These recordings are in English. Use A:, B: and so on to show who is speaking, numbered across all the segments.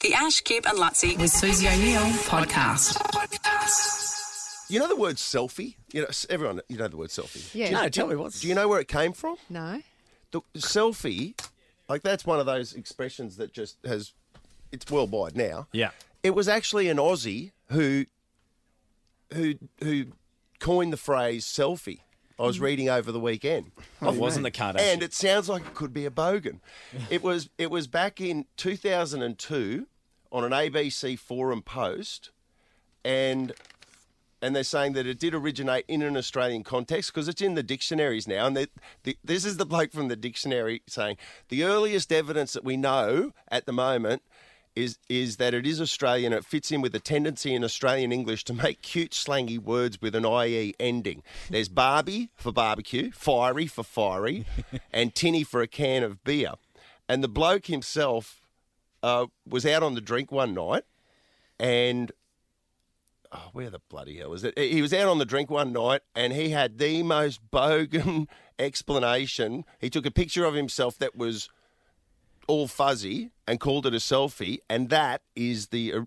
A: The Ash, Cube and Lutzi.
B: with Susie O'Neill podcast.
C: You know the word selfie? You know, s- everyone, you know the word selfie.
D: Yeah.
C: Do you,
E: No, tell me what's.
C: do you know where it came from?
D: No.
C: The selfie, like that's one of those expressions that just has, it's worldwide now.
E: Yeah.
C: It was actually an Aussie who, who, who coined the phrase selfie. I was reading over the weekend.
E: I wasn't the Kardashian.
C: And it sounds like it could be a bogan. It was it was back in 2002 on an ABC forum post, and and they're saying that it did originate in an Australian context because it's in the dictionaries now. And they, the, this is the bloke from the dictionary saying the earliest evidence that we know at the moment. Is, is that it is Australian? It fits in with the tendency in Australian English to make cute, slangy words with an IE ending. There's Barbie for barbecue, fiery for fiery, and tinny for a can of beer. And the bloke himself uh, was out on the drink one night and oh, where the bloody hell is it? He was out on the drink one night and he had the most bogan explanation. He took a picture of himself that was all fuzzy and called it a selfie, and that is the uh,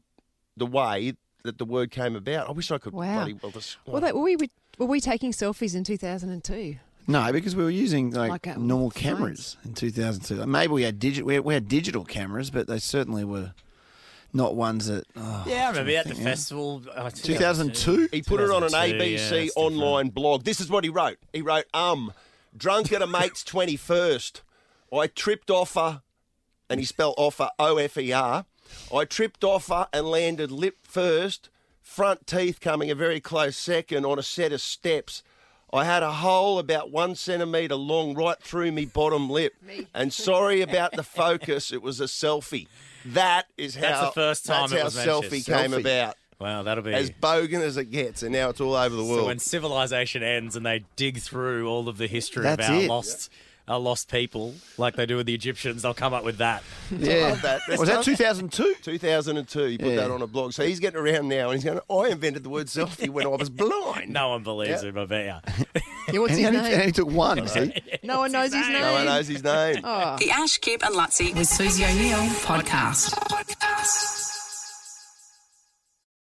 C: the way that the word came about. I wish I could
D: Wow.
C: bloody well. This,
D: Well, they, were, we, were we taking selfies in 2002?
F: No, because we were using like,
D: Like, uh,
F: normal
D: phones.
F: cameras in 2002. Like, maybe we had digital we, had- we had digital cameras, but they certainly were not ones that. Oh,
E: yeah, I remember at the
F: Yeah.
E: festival. oh,
F: 2002.
C: He put it on an
E: 2002, yeah, that's
C: ABC
E: different.
C: online blog. This is what he wrote. He wrote, um, drunk at a mate's 21st. I tripped off her, and he spelled offer O F E R. I tripped off her and landed lip first, front teeth coming a very close second on a set of steps. I had a hole about one centimetre long right through me bottom lip. And sorry about the focus, it was a selfie. That is how
E: That's the first time
C: that's
E: it
C: how
E: was mentioned.
C: selfie came
F: Selfie.
C: about
E: Wow, that'll be.
C: as bogan as it gets, and now it's all over the world.
E: so when civilization ends and they dig through all of the history
F: That's
E: of our
F: it.
E: lost, our lost people, like they do with the Egyptians, they'll come up with that.
F: yeah.
C: love that.
F: Was that 2002?
C: 2002, he put
F: Yeah.
C: that on a blog. So he's getting around now, and he's going, I invented the word selfie when I was blind.
E: No one believes him. I bet you.
D: Yeah, what's
F: And
D: his
F: he, only, and he
D: name?
F: took one. see?
D: No one knows his name.
C: No one knows his name.
A: The Ash, Cube and Lutzi.
B: With Susie O'Neill podcast.